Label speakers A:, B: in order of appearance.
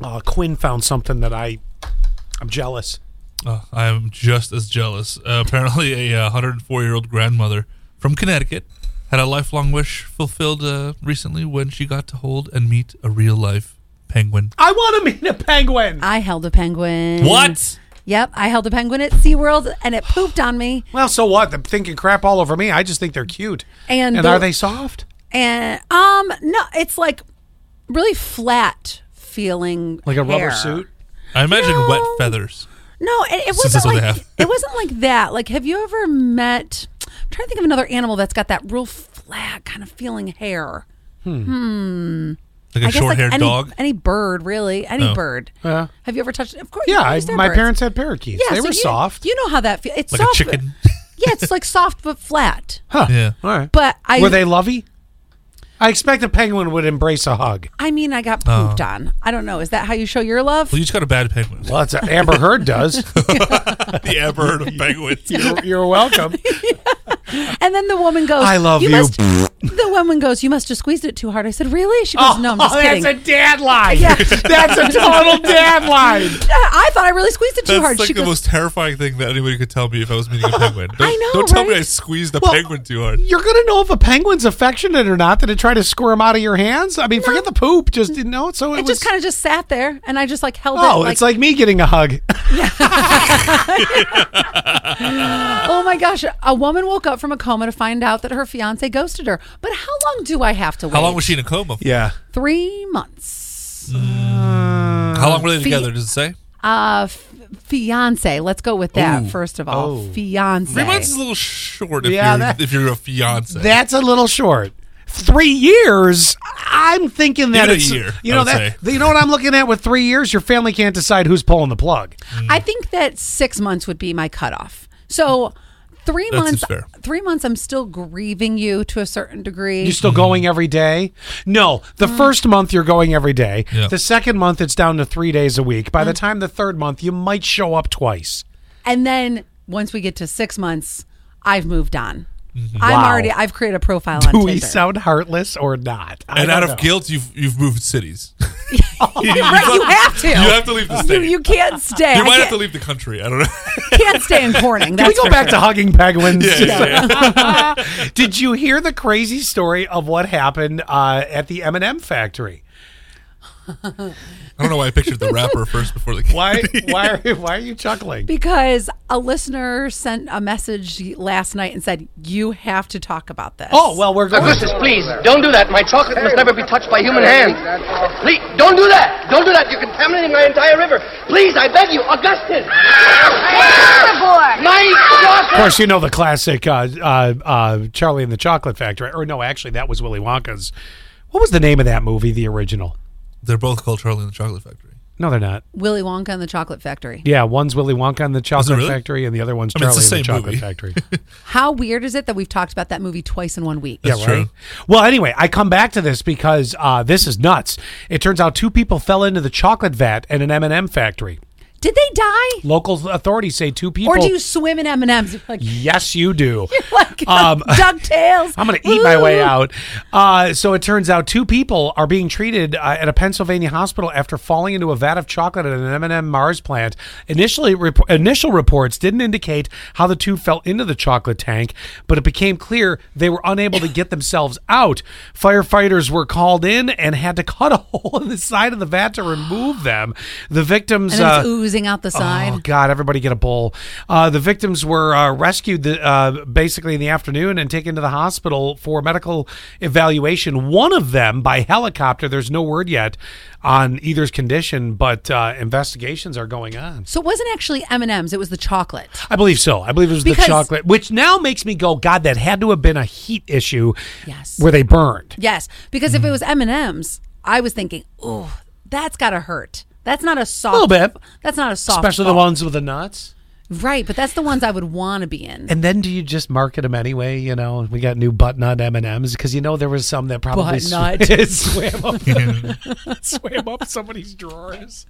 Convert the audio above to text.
A: uh, Quinn found something that I I'm jealous.
B: Uh, I am just as jealous. Uh, apparently, a 104 year old grandmother from Connecticut had a lifelong wish fulfilled uh, recently when she got to hold and meet a real life penguin.
A: I want to meet a penguin.
C: I held a penguin.
B: What?
C: Yep, I held a penguin at SeaWorld and it pooped on me.
A: Well, so what? They're thinking crap all over me. I just think they're cute.
C: And
A: and
C: the-
A: are they soft?
C: And um no, it's like really flat feeling
A: Like a rubber
C: hair.
A: suit?
B: I imagine
C: No.
B: wet feathers.
C: No, it, it
B: Since that's
C: wasn't
B: what they
C: like
B: have.
C: it wasn't like that. Like, have you ever met? I'm trying to think of another animal that's got that real flat kind of feeling hair.
B: Like
C: I
B: a short haired
C: any,
B: dog.
C: any bird, really, any
B: Oh.
C: bird.
A: Yeah.
C: Have you ever touched? Of course,
A: Yeah,
C: you
A: I,
C: used to have
A: my
C: birds.
A: parents had parakeets.
C: Yeah,
A: they were
C: so you-
A: soft.
C: You know how that feels. It's
B: Like a
C: soft,
B: chicken.
C: But, yeah, it's like soft but flat.
A: huh.
B: Yeah.
A: All right.
C: But I
A: were they lovey? I expect a penguin would embrace a hug.
C: I mean, I got
B: Oh.
C: pooped on. I don't know. Is that how you show your love?
B: Well, you just got a bad penguin.
A: Well, that's Amber Heard does.
B: the ever heard of penguins?
A: you're, you're welcome.
C: And then the woman goes,
A: I love you."
C: must-" the woman goes, "You must have squeezed it too hard." I said, "Really?" She goes, "No, I'm just
A: oh,
C: kidding."
A: that's a dad line.
C: Yeah.
A: That's a total dad line.
C: I thought I really squeezed it too
B: That's
C: hard.
B: like
C: she
B: the
C: goes,
B: most terrifying thing that anybody could tell me if I was meeting a penguin. Don't,
C: know,
B: don't tell me
C: right?
B: I squeezed a
A: Well-
B: penguin too hard.
A: You're gonna know if a penguin's affectionate or not. Did it try to squirm out of your hands? I mean, forget the poop. Just didn't know. So it,
C: It
A: was
C: just kind of just sat there, and I just like held it.
A: Oh, it's like me getting a hug.
C: oh my gosh! A woman woke up from a coma to find out that her fiance ghosted her. But how long do I have to wait?
B: How long was she in a coma? for?
A: Yeah.
C: Three months.
B: How long were they together? Does it say?
C: Uh, f- fiance. Let's go with that
B: Ooh.
C: first of all.
A: Oh.
C: Fiance.
B: Three months is a little short if,
A: Yeah,
B: you're,
A: that-
B: if you're a fiance.
A: That's a little short. Three years. I'm thinking that
B: Give it a
A: it's
B: year,
A: You
B: I
A: know
B: would
A: that.
B: say.
A: You know what I'm looking at with three years. Your family can't decide who's pulling the plug.
C: I think that six months would be my cutoff. So three
B: That seems
C: months.
B: fair.
C: Three months. I'm still grieving you to a certain degree.
A: You're still going every day? No. The
C: Mm.
A: first month you're going every day.
B: Yeah.
A: The second month it's down to three days a week. By the
C: Mm.
A: time the third month, you might show up twice.
C: And then once we get to six months, I've moved on.
B: Mm-hmm.
C: I'm
A: Wow.
C: already. I've created a profile
A: Do
C: on
A: we
C: Tinder.
A: sound heartless or not? I
B: and
A: don't
B: out of
A: know.
B: guilt, you've you've moved cities. you,
C: right, you have to.
B: You have to leave the state.
C: You, you can't stay.
B: You
C: I
B: might have
C: can't-
B: to leave the country. I don't know.
C: can't stay in Corning.
A: Can we
C: That's
A: go
C: for
A: back
C: sure.
A: to hugging penguins?
B: Yeah, yeah,
A: Did you hear the crazy story of what happened uh, at the M&M factory?
B: I don't know why I pictured the rapper first before the
A: Why? Why? Are, why are you chuckling?
C: because a listener sent a message last night and said you have to talk about this.
A: Oh well, we're going.
D: Augustus, please, don't do that. My chocolate must never be touched by human hand. Please, don't do that. Don't do that. You're contaminating my entire river. Please, I beg you, Augustus. My
A: Of
D: chocolate.
A: course, you know the classic uh, uh, uh, Charlie and the Chocolate Factory. Or no, actually, that was Willy Wonka's. What was the name of that movie? The original?
B: They're both called Charlie and the Chocolate Factory.
A: No, they're not.
C: Willy Wonka and the Chocolate Factory.
A: Yeah, one's Willy Wonka and the Chocolate
B: really?
A: Factory, and the other one's
B: I mean,
A: Charlie
B: it's the
A: and the
B: same
A: Chocolate
B: movie.
A: Factory.
C: How weird is it that we've talked about that movie twice in one week?
A: yeah,
B: That's
A: right.
B: true.
A: Well, anyway, I come back to this because uh, this is nuts. It turns out two people fell into the chocolate vat at an M and m factory.
C: Did they die,
A: Local authorities say two people.
C: or do you swim in M and M's? Like,
A: Yes, you do.
C: like
A: Um,
C: Ducktales.
A: I'm going to eat my way
C: Ooh.
A: out. Uh, so it turns out two people are being treated uh, at a Pennsylvania hospital after falling into a vat of chocolate at an M&M Mars plant. Initially, rep- initial reports didn't indicate how the two fell into the chocolate tank, but it became clear they were unable to get themselves out. Firefighters were called in and had to cut a hole in the side of the vat to remove them. The victims.
C: And it's
A: uh,
C: oozing out the side.
A: Oh God! Everybody get a bowl. Uh, the victims were uh, rescued the, uh, basically in the afternoon and taken to the hospital for medical evaluation. One of them by helicopter. There's no word yet on either's condition, but uh, investigations are going on.
C: So it wasn't actually M and M's. It was the chocolate.
A: I believe so. I believe it was
C: Because-
A: the chocolate, which now makes me go, God, that had to have been a heat issue.
C: Yes.
A: where they burned.
C: Yes, because
A: Mm.
C: if it was M and M's, I was thinking, oh, that's gotta hurt. That's not a soft.
A: Little bit.
C: That's not a soft.
A: Especially the
C: ball.
A: ones with the nuts.
C: Right, but that's the ones I would want to be in.
A: And then do you just market them anyway? You know, we got new butt nut M and M's because you know there was some that probably
C: Butt
A: sw-
C: nut.
A: swam up, swam up somebody's drawers.